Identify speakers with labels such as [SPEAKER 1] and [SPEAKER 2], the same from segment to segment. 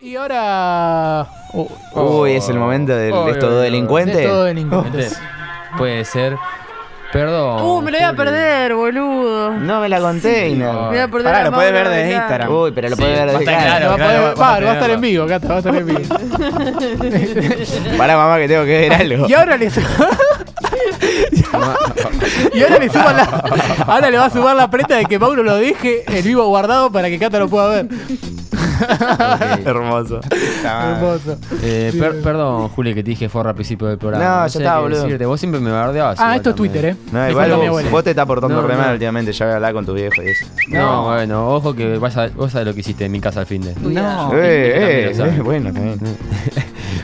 [SPEAKER 1] y ahora. Oh,
[SPEAKER 2] oh, Uy, es el momento del-
[SPEAKER 3] oh,
[SPEAKER 2] de estos
[SPEAKER 3] oh,
[SPEAKER 2] dos
[SPEAKER 3] oh,
[SPEAKER 2] delincuentes.
[SPEAKER 1] de todo delincuentes.
[SPEAKER 3] Puede ser. Perdón.
[SPEAKER 4] Uh, me lo voy a
[SPEAKER 3] Juli.
[SPEAKER 4] perder, boludo. Me
[SPEAKER 2] No me la conté,
[SPEAKER 3] Sí,
[SPEAKER 2] Ina.
[SPEAKER 3] no.
[SPEAKER 4] voy a perder
[SPEAKER 5] Pará,
[SPEAKER 4] a
[SPEAKER 5] lo
[SPEAKER 4] Mauro
[SPEAKER 5] podés ver
[SPEAKER 4] de
[SPEAKER 5] desde
[SPEAKER 4] acá.
[SPEAKER 5] Instagram.
[SPEAKER 2] Uy, pero lo
[SPEAKER 3] Sí,
[SPEAKER 2] puedes ver
[SPEAKER 3] va a
[SPEAKER 2] desde acá.
[SPEAKER 3] estar claro.
[SPEAKER 1] va, a poder-
[SPEAKER 3] vas a
[SPEAKER 1] va- va a estar
[SPEAKER 3] tenerlo.
[SPEAKER 1] en vivo, Cata, va a estar en vivo.
[SPEAKER 2] Pará, mamá, que tengo que ver algo.
[SPEAKER 1] Y ahora le, su- y ahora le suman la. Ahora le va a sumar la preta de que Mauro lo deje el vivo guardado para que Cata lo pueda ver.
[SPEAKER 2] Hermoso. Ah,
[SPEAKER 1] Hermoso.
[SPEAKER 3] Eh, per- perdón, Juli, que te dije forra al principio del programa.
[SPEAKER 2] No, ya
[SPEAKER 3] sé
[SPEAKER 2] estaba,
[SPEAKER 3] qué
[SPEAKER 2] boludo.
[SPEAKER 3] decirte. Vos siempre me bardeabas.
[SPEAKER 1] Ah,
[SPEAKER 3] igual
[SPEAKER 1] esto es
[SPEAKER 3] también.
[SPEAKER 1] Twitter, eh.
[SPEAKER 2] No,
[SPEAKER 1] Es
[SPEAKER 2] igual
[SPEAKER 1] falta mi
[SPEAKER 2] vos,
[SPEAKER 1] abuela.
[SPEAKER 2] vos te estás portando
[SPEAKER 3] No,
[SPEAKER 2] re mal
[SPEAKER 3] no.
[SPEAKER 2] últimamente. Ya voy a hablar con tu viejo y eso.
[SPEAKER 1] eh.
[SPEAKER 3] No, bueno, ojo que vas a, vos sabés lo que hiciste en mi casa al fin de.
[SPEAKER 4] Cuidado.
[SPEAKER 2] eh, eh,
[SPEAKER 3] también lo sabe.
[SPEAKER 2] eh, bueno, también.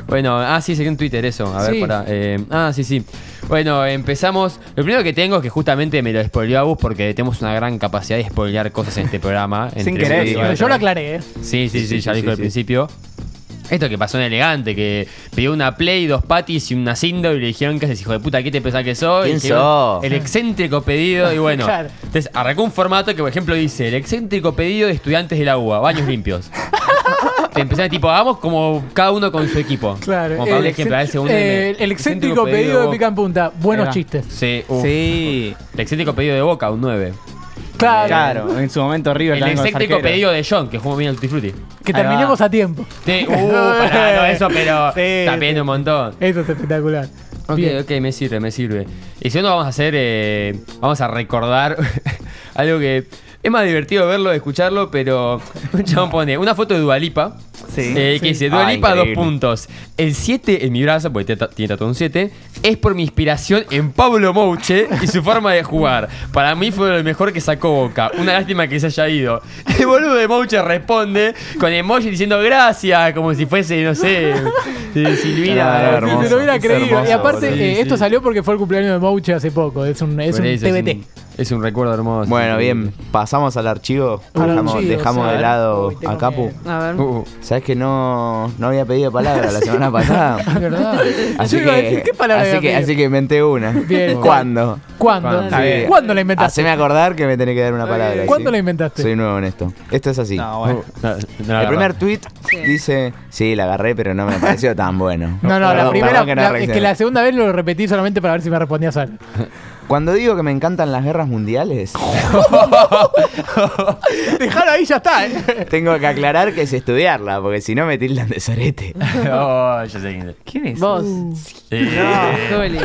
[SPEAKER 3] Bueno, ah, sí, seguí en Twitter eso. A ver,
[SPEAKER 1] Sí.
[SPEAKER 3] pará. Eh, ah, sí, sí. Bueno, empezamos. Lo primero que tengo es que justamente me lo spoileó a vos porque tenemos una gran capacidad de spoilear cosas en este programa.
[SPEAKER 5] Sin
[SPEAKER 3] entre
[SPEAKER 5] querer,
[SPEAKER 3] uno y
[SPEAKER 5] sí,
[SPEAKER 1] Pero
[SPEAKER 3] otro.
[SPEAKER 1] yo lo aclaré, eh.
[SPEAKER 3] Sí, sí, sí,
[SPEAKER 2] sí,
[SPEAKER 3] ya
[SPEAKER 2] sí,
[SPEAKER 3] dijo al
[SPEAKER 2] sí.
[SPEAKER 3] principio. Esto que pasó en Elegante, que pidió una Play, dos patis y una Cindo y le dijeron que es hijo de puta, ¿qué te pensás que soy?
[SPEAKER 2] ¿Quién
[SPEAKER 3] Y llegó
[SPEAKER 2] sos?
[SPEAKER 3] El excéntrico pedido y bueno.
[SPEAKER 1] Claro.
[SPEAKER 3] Entonces arrancó un formato que por ejemplo dice, el excéntrico pedido de estudiantes de la UBA, baños limpios. Te empezaron tipo, vamos como cada uno con su equipo.
[SPEAKER 1] Claro.
[SPEAKER 3] Como para un ejemplo, a ver, el segundo.
[SPEAKER 1] eh, el excéntrico pedido de pica en punta. Buenos
[SPEAKER 5] Ahí va.
[SPEAKER 1] chistes.
[SPEAKER 3] Sí, uf.
[SPEAKER 5] Sí,
[SPEAKER 3] El excéntrico pedido de Boca, un 9.
[SPEAKER 1] Claro.
[SPEAKER 5] claro. En su momento River
[SPEAKER 3] El
[SPEAKER 5] también con
[SPEAKER 3] excéntrico
[SPEAKER 5] Zarquero.
[SPEAKER 3] pedido de John, que jugó bien al Tutti Frutti.
[SPEAKER 1] Que
[SPEAKER 5] Ahí
[SPEAKER 1] terminemos
[SPEAKER 5] va.
[SPEAKER 1] a tiempo.
[SPEAKER 3] Sí, uh, pará, no, eso, pero
[SPEAKER 1] Sí,
[SPEAKER 3] está pidiendo un montón.
[SPEAKER 1] Eso es espectacular.
[SPEAKER 3] Ok,
[SPEAKER 1] Bien.
[SPEAKER 3] ok, me sirve, me sirve. Y si no, vamos a hacer, eh, vamos a recordar algo que es más divertido verlo, escucharlo, pero un chabón pone una foto de Dualipa.
[SPEAKER 5] Sí.
[SPEAKER 3] Que dice,
[SPEAKER 2] Ah,
[SPEAKER 3] Dualipa, dos
[SPEAKER 2] increíble.
[SPEAKER 3] puntos. El 7 en mi brazo, porque tiene ta- tiene tatuado un 7, es por mi inspiración en Pablo Mouche y su forma de jugar. Para mí fue lo mejor que sacó Boca. Una lástima que se haya ido. El boludo de Mouche responde con emoji diciendo gracias, como si fuese, no sé, eh, Silvina.
[SPEAKER 2] Ah,
[SPEAKER 1] Sí, se
[SPEAKER 2] hermoso,
[SPEAKER 1] lo hubiera
[SPEAKER 2] es
[SPEAKER 1] creído.
[SPEAKER 2] hermoso,
[SPEAKER 1] y aparte,
[SPEAKER 3] boludo.
[SPEAKER 1] eh,
[SPEAKER 3] Sí,
[SPEAKER 1] esto
[SPEAKER 3] sí.
[SPEAKER 1] salió porque fue el cumpleaños de Mouche hace poco. Es un, es un
[SPEAKER 3] Por eso,
[SPEAKER 1] TBT.
[SPEAKER 3] Es un, es un recuerdo hermoso.
[SPEAKER 2] Bueno, bien, pasamos al archivo.
[SPEAKER 1] Al
[SPEAKER 2] dejamos
[SPEAKER 1] archivo,
[SPEAKER 2] dejamos
[SPEAKER 1] sí.
[SPEAKER 2] de lado
[SPEAKER 1] Uy, tengo
[SPEAKER 2] a Capu.
[SPEAKER 1] miedo.
[SPEAKER 4] A ver.
[SPEAKER 3] Uh,
[SPEAKER 2] Sabes que no, no había pedido palabra la semana pasada.
[SPEAKER 1] ¿Verdad?
[SPEAKER 2] Así
[SPEAKER 1] Yo
[SPEAKER 2] que,
[SPEAKER 1] iba a decir, ¿qué palabra
[SPEAKER 2] así,
[SPEAKER 1] había
[SPEAKER 2] que,
[SPEAKER 1] pedido?
[SPEAKER 2] así que inventé una.
[SPEAKER 1] Bien.
[SPEAKER 2] ¿Cuándo?
[SPEAKER 1] ¿Cuándo?
[SPEAKER 3] Cuando.
[SPEAKER 2] Está bien.
[SPEAKER 1] ¿Cuándo la inventaste?
[SPEAKER 2] Haceme acordar que me tenés que dar una palabra. ¿sí?
[SPEAKER 1] ¿Cuándo la inventaste?
[SPEAKER 2] Soy nuevo en esto. Esto es así.
[SPEAKER 5] No,
[SPEAKER 3] uh,
[SPEAKER 5] bueno.
[SPEAKER 3] no, no,
[SPEAKER 2] el
[SPEAKER 3] la
[SPEAKER 2] primer
[SPEAKER 3] verdad.
[SPEAKER 2] tweet dice, sí, la agarré, pero no me pareció tan bueno.
[SPEAKER 1] No, no, la
[SPEAKER 2] Perdón,
[SPEAKER 1] primera
[SPEAKER 2] perdón que no
[SPEAKER 1] la- es
[SPEAKER 2] reaccioné.
[SPEAKER 1] que la segunda vez lo repetí solamente para ver si me respondías algo.
[SPEAKER 2] Cuando digo que me encantan las guerras mundiales,
[SPEAKER 1] Dejalo ahí, ya está. eh.
[SPEAKER 2] tengo que aclarar que es estudiarla, porque si no me tildan de sorete.
[SPEAKER 3] oh, ya sé quién es.
[SPEAKER 5] ¿Quién es?
[SPEAKER 4] Vos.
[SPEAKER 3] Eh,
[SPEAKER 4] Duele.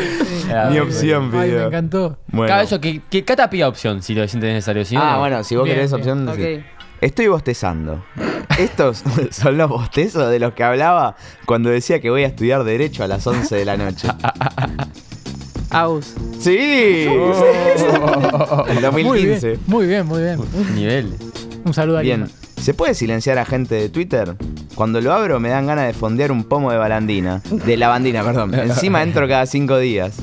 [SPEAKER 3] ah,
[SPEAKER 2] Mi
[SPEAKER 3] bueno.
[SPEAKER 2] opción,
[SPEAKER 1] Ay, me
[SPEAKER 2] pidió.
[SPEAKER 1] encantó.
[SPEAKER 2] Bueno.
[SPEAKER 3] Cada eso, que, que Cata pida opción si lo sientes necesario. Si no,
[SPEAKER 2] Ah,
[SPEAKER 3] no.
[SPEAKER 2] bueno, si vos
[SPEAKER 1] Bien,
[SPEAKER 2] querés
[SPEAKER 1] bien.
[SPEAKER 2] opción.
[SPEAKER 4] Ok.
[SPEAKER 2] sí. Estoy bostezando. Estos son los bostezos de los que hablaba cuando decía que voy a estudiar Derecho a las 11 de la noche.
[SPEAKER 4] Aus.
[SPEAKER 2] ¡Sí! El
[SPEAKER 1] Muy
[SPEAKER 2] 2015.
[SPEAKER 1] bien, muy bien, muy bien.
[SPEAKER 3] Nivel.
[SPEAKER 1] Un saludo a
[SPEAKER 2] Bien.
[SPEAKER 1] Lima.
[SPEAKER 2] ¿Se puede silenciar a gente de Twitter? Cuando lo abro me dan ganas de fondear un pomo de balandina. De lavandina, perdón. Encima entro cada cinco días.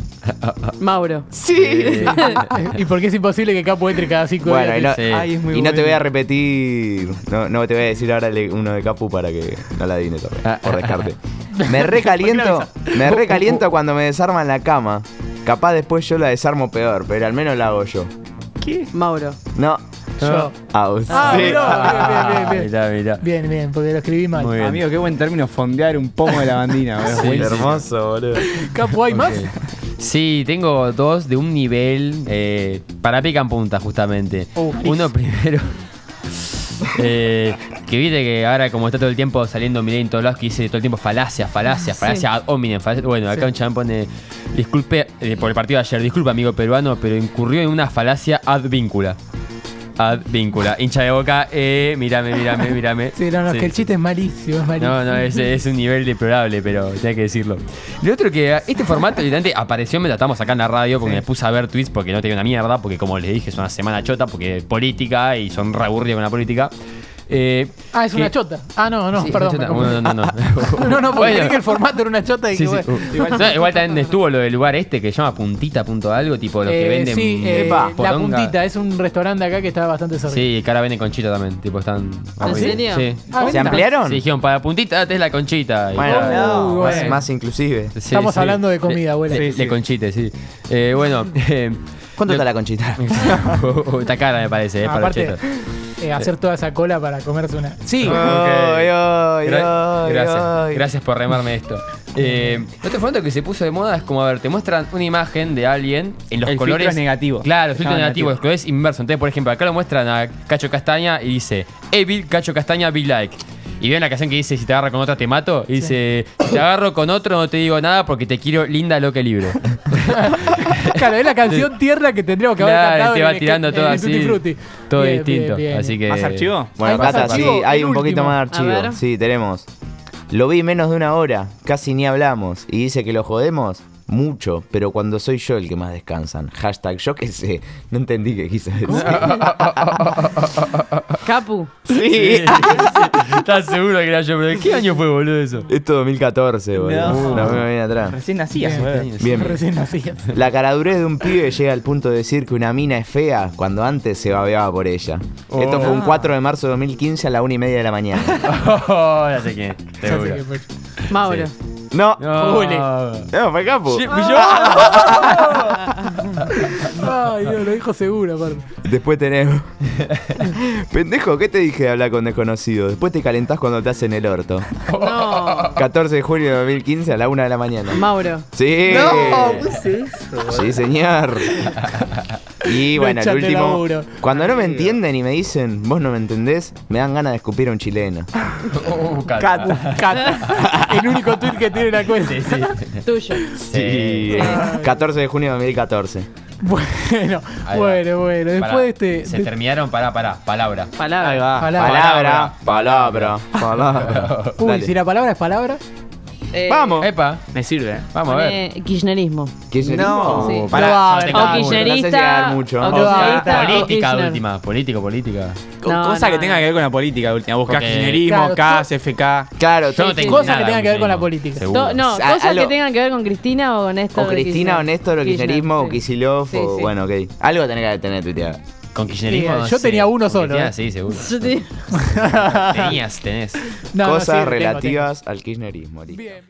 [SPEAKER 4] Mauro.
[SPEAKER 2] ¡Sí!
[SPEAKER 1] ¿Y por qué es imposible que Capo entre cada cinco
[SPEAKER 2] Bueno, y no,
[SPEAKER 1] días?
[SPEAKER 3] Sí.
[SPEAKER 5] Ay, es muy
[SPEAKER 2] y no te
[SPEAKER 5] bueno.
[SPEAKER 2] voy a repetir. No, no te voy a decir ahora le- uno de Capu para que no la adivines también, por descarte. Me recaliento, me recaliento cuando me desarman la cama. Capaz después yo la desarmo peor, pero al menos la hago yo.
[SPEAKER 4] Mauro.
[SPEAKER 2] No,
[SPEAKER 1] Yo.
[SPEAKER 2] out.
[SPEAKER 1] Ah,
[SPEAKER 2] Sí.
[SPEAKER 1] mirá. bien, bien, bien.
[SPEAKER 3] Ah, Mirá, mirá.
[SPEAKER 1] Bien, bien, porque lo escribí mal.
[SPEAKER 3] Muy bien.
[SPEAKER 5] Amigo, qué buen término, fondear un pomo de la bandina. boludo.
[SPEAKER 3] Sí,
[SPEAKER 5] Buenísimo.
[SPEAKER 2] Hermoso, boludo.
[SPEAKER 1] Capo, ¿hay más?
[SPEAKER 3] Sí, tengo dos de un nivel eh, para pica en punta, justamente.
[SPEAKER 1] Oh,
[SPEAKER 3] Uno primero. eh, que viste que ahora, como está todo el tiempo saliendo Milei en todos lados, que dice todo el tiempo falacias,
[SPEAKER 1] Ah,
[SPEAKER 3] falacias, falacias ad hominem. falacias- Bueno, acá un champ pone: Disculpe eh, por el partido de ayer, disculpa, amigo peruano, pero incurrió en una falacia ad víncula. Ad víncula. Hincha de boca, eh, mírame, mírame, mírame.
[SPEAKER 1] Sí, no, no,
[SPEAKER 3] Sí,
[SPEAKER 1] que el
[SPEAKER 3] sí.
[SPEAKER 1] chiste es malísimo, es malísimo.
[SPEAKER 3] No, no, es, es un nivel deplorable, pero tenía que decirlo. Lo otro que ah, este formato literalmente apareció mientras estábamos acá en la radio porque me puse a ver tweets porque no tenía una mierda, porque como les dije es una semana chota, porque política y son re aburridos con la política. Eh,
[SPEAKER 1] Ah, es una
[SPEAKER 3] que-
[SPEAKER 1] chota. Ah, no, no,
[SPEAKER 3] Sí, es una
[SPEAKER 1] perdón. me
[SPEAKER 3] chota.
[SPEAKER 1] confundí.
[SPEAKER 3] Bueno, no, no, no.
[SPEAKER 1] No, no, porque
[SPEAKER 3] Bueno.
[SPEAKER 1] creí que el formato era una chota y
[SPEAKER 3] Sí,
[SPEAKER 1] que
[SPEAKER 3] sí.
[SPEAKER 1] bueno.
[SPEAKER 3] Uh, igual, no, igual también estuvo lo del lugar este que se llama puntita punto algo, tipo lo que
[SPEAKER 1] Eh,
[SPEAKER 3] venden.
[SPEAKER 1] sí, eh,
[SPEAKER 3] Epa,
[SPEAKER 1] la
[SPEAKER 3] poronga.
[SPEAKER 1] puntita, es un restaurante acá que está bastante cerca.
[SPEAKER 3] Sí, que ahora venden conchita también, tipo están.
[SPEAKER 4] ¿En serio?
[SPEAKER 3] Sí.
[SPEAKER 1] Ah,
[SPEAKER 2] ¿Se
[SPEAKER 1] ¿venta?
[SPEAKER 2] ampliaron?
[SPEAKER 3] Sí, Oh, dijeron, para puntita es la conchita. Y
[SPEAKER 2] Bueno,
[SPEAKER 3] todo.
[SPEAKER 2] no,
[SPEAKER 1] Uh,
[SPEAKER 2] más,
[SPEAKER 1] bueno.
[SPEAKER 2] más inclusive.
[SPEAKER 3] Sí,
[SPEAKER 1] Estamos hablando de comida, abuela.
[SPEAKER 3] De,
[SPEAKER 1] Sí,
[SPEAKER 3] de conchite, sí. Eh, bueno, eh,
[SPEAKER 2] ¿Cuánto
[SPEAKER 3] Lo-
[SPEAKER 2] está la conchita?
[SPEAKER 3] está cara me parece, eh, para los
[SPEAKER 1] Aparte-
[SPEAKER 3] chetos.
[SPEAKER 1] eh, hacer toda esa cola para comerse una. Sí.
[SPEAKER 2] Ay, ay,
[SPEAKER 3] Gra-
[SPEAKER 2] ay,
[SPEAKER 3] gracias,
[SPEAKER 2] ay.
[SPEAKER 3] gracias por remarme esto. Eh, otro formato que se puso de moda es como, a ver, te muestran una imagen de alguien en los
[SPEAKER 5] El
[SPEAKER 3] colores.
[SPEAKER 5] filtro es negativo.
[SPEAKER 3] Claro, el filtro
[SPEAKER 5] Ah,
[SPEAKER 3] es
[SPEAKER 5] negativo.
[SPEAKER 3] negativo, los colores inversos. Entonces, por ejemplo, acá lo muestran a Cacho Castaña y dice, Evil Cacho Castaña be like. Y ven la canción que dice, si te agarro con otra te mato. Y dice, si te agarro con otro no te digo nada porque te quiero linda lo que libre.
[SPEAKER 1] Claro, es la canción tierna que tendríamos que haber
[SPEAKER 3] Claro,
[SPEAKER 1] cantado.
[SPEAKER 3] te
[SPEAKER 1] en
[SPEAKER 3] va
[SPEAKER 1] el-
[SPEAKER 3] tirando
[SPEAKER 1] en
[SPEAKER 3] todo
[SPEAKER 1] el
[SPEAKER 3] así.
[SPEAKER 1] Tutti Frutti.
[SPEAKER 3] Todo
[SPEAKER 1] Bien,
[SPEAKER 3] distinto.
[SPEAKER 1] bien, bien.
[SPEAKER 3] Así que.
[SPEAKER 5] ¿Más archivo?
[SPEAKER 2] Bueno,
[SPEAKER 1] Hay más
[SPEAKER 2] Cata,
[SPEAKER 1] archivo,
[SPEAKER 2] sí, hay
[SPEAKER 1] el
[SPEAKER 2] un poquito
[SPEAKER 1] último.
[SPEAKER 2] más de
[SPEAKER 4] A
[SPEAKER 2] archivo.
[SPEAKER 4] ver.
[SPEAKER 2] Sí, tenemos. Lo vi menos de una hora, casi ni hablamos. Y dice que lo jodemos mucho, pero cuando soy yo el que más descansan. Hashtag yo que sé. No entendí qué quiso decir.
[SPEAKER 4] Capu.
[SPEAKER 2] Sí.
[SPEAKER 3] Estás seguro que era yo, pero ¿qué año fue, boludo, eso?
[SPEAKER 2] Esto 2014, boludo.
[SPEAKER 5] No.
[SPEAKER 2] No me viene atrás.
[SPEAKER 5] Recién nacías, boludo.
[SPEAKER 2] Bien.
[SPEAKER 1] Recién nacida.
[SPEAKER 2] La caradurez de un pibe llega al punto de decir que una mina es fea cuando antes se babeaba por ella. Esto fue un 4 de marzo de 2015 a la 1 y media de la mañana.
[SPEAKER 3] ya sé quién,
[SPEAKER 1] Ya sé
[SPEAKER 3] seguro.
[SPEAKER 1] que fue.
[SPEAKER 4] Mauro.
[SPEAKER 2] No,
[SPEAKER 3] No.
[SPEAKER 2] no, fue capo.
[SPEAKER 3] Sí, fui yo.
[SPEAKER 1] Ay, Dios, lo dijo seguro, aparte.
[SPEAKER 2] Después tenemos. Pendejo, ¿qué te dije de hablar con desconocidos? Después te calentás cuando te hacen el orto.
[SPEAKER 4] No.
[SPEAKER 2] 14 de julio de 2015 a la 1 de la mañana.
[SPEAKER 4] Mauro.
[SPEAKER 2] Sí. Sí, señor. Y
[SPEAKER 1] Lo
[SPEAKER 2] bueno, el
[SPEAKER 1] echaste
[SPEAKER 2] último.
[SPEAKER 1] laburo.
[SPEAKER 2] Cuando no me entienden y me dicen, vos no me entendés, me dan ganas de escupir a un chileno.
[SPEAKER 1] Ah,
[SPEAKER 3] Uh, Cata.
[SPEAKER 1] Cat. El único tweet que tiene la cuenta.
[SPEAKER 3] Sí, sí.
[SPEAKER 4] Tuyo.
[SPEAKER 2] Sí. eh, 14 de junio de 2014.
[SPEAKER 1] Bueno,
[SPEAKER 3] Ahí va.
[SPEAKER 1] bueno, bueno. Después
[SPEAKER 3] Pará,
[SPEAKER 1] de este.
[SPEAKER 3] Se
[SPEAKER 1] de-
[SPEAKER 3] terminaron, pará, pará, palabra.
[SPEAKER 5] Ahí
[SPEAKER 4] Palabra.
[SPEAKER 5] va.
[SPEAKER 1] palabra.
[SPEAKER 2] Ah, Palabra, palabra, palabra.
[SPEAKER 1] Uy,
[SPEAKER 2] Dale.
[SPEAKER 1] si la palabra es palabra.
[SPEAKER 4] Eh,
[SPEAKER 2] Vamos.
[SPEAKER 3] Epa,
[SPEAKER 5] Me sirve.
[SPEAKER 3] vamos a ver.
[SPEAKER 4] pone Kirchnerismo.
[SPEAKER 2] Uh. Kirchnerismo.
[SPEAKER 4] Sí.
[SPEAKER 2] Pará,
[SPEAKER 1] Probable,
[SPEAKER 2] yo te
[SPEAKER 1] probable.
[SPEAKER 2] calculo,
[SPEAKER 4] O
[SPEAKER 2] no sé si
[SPEAKER 4] kirchnerista.
[SPEAKER 2] dar mucho.
[SPEAKER 4] o
[SPEAKER 1] No,
[SPEAKER 4] kirchnerista, o
[SPEAKER 3] política de
[SPEAKER 4] Kirchner.
[SPEAKER 3] última, político, política.
[SPEAKER 5] Co-
[SPEAKER 4] No,
[SPEAKER 5] cosa
[SPEAKER 4] no,
[SPEAKER 5] que tenga
[SPEAKER 4] no.
[SPEAKER 5] que ver con la política de última. Buscá
[SPEAKER 3] Porque-
[SPEAKER 5] kirchnerismo,
[SPEAKER 1] Claro,
[SPEAKER 5] KAS, FK.
[SPEAKER 2] Claro,
[SPEAKER 3] Yo no
[SPEAKER 2] sí,
[SPEAKER 3] tengo
[SPEAKER 1] Cosas
[SPEAKER 3] nada
[SPEAKER 1] que tengan que ver con la política.
[SPEAKER 3] seguro.
[SPEAKER 4] To- no,
[SPEAKER 2] Uh, a-
[SPEAKER 4] cosas
[SPEAKER 2] a lo-
[SPEAKER 4] que tengan que ver con Cristina o con esto.
[SPEAKER 2] O Cristina, o Néstor, o kirchnerismo, o Kicillof,
[SPEAKER 4] Sí,
[SPEAKER 2] o
[SPEAKER 4] sí.
[SPEAKER 2] bueno, ok. Algo tenés que tener tuiteado.
[SPEAKER 3] Con kirchnerismo.
[SPEAKER 1] Sí,
[SPEAKER 3] no
[SPEAKER 1] yo
[SPEAKER 3] sé.
[SPEAKER 1] tenía uno
[SPEAKER 3] Con
[SPEAKER 1] solo,
[SPEAKER 3] Cristina,
[SPEAKER 1] eh.
[SPEAKER 3] Sí, seguro.
[SPEAKER 4] Kirchner.
[SPEAKER 3] Tenías, tenés.
[SPEAKER 1] No, no, sí,
[SPEAKER 2] Cosas
[SPEAKER 1] tengo, tengo.
[SPEAKER 2] relativas al kirchnerismo. listo.
[SPEAKER 1] Bien.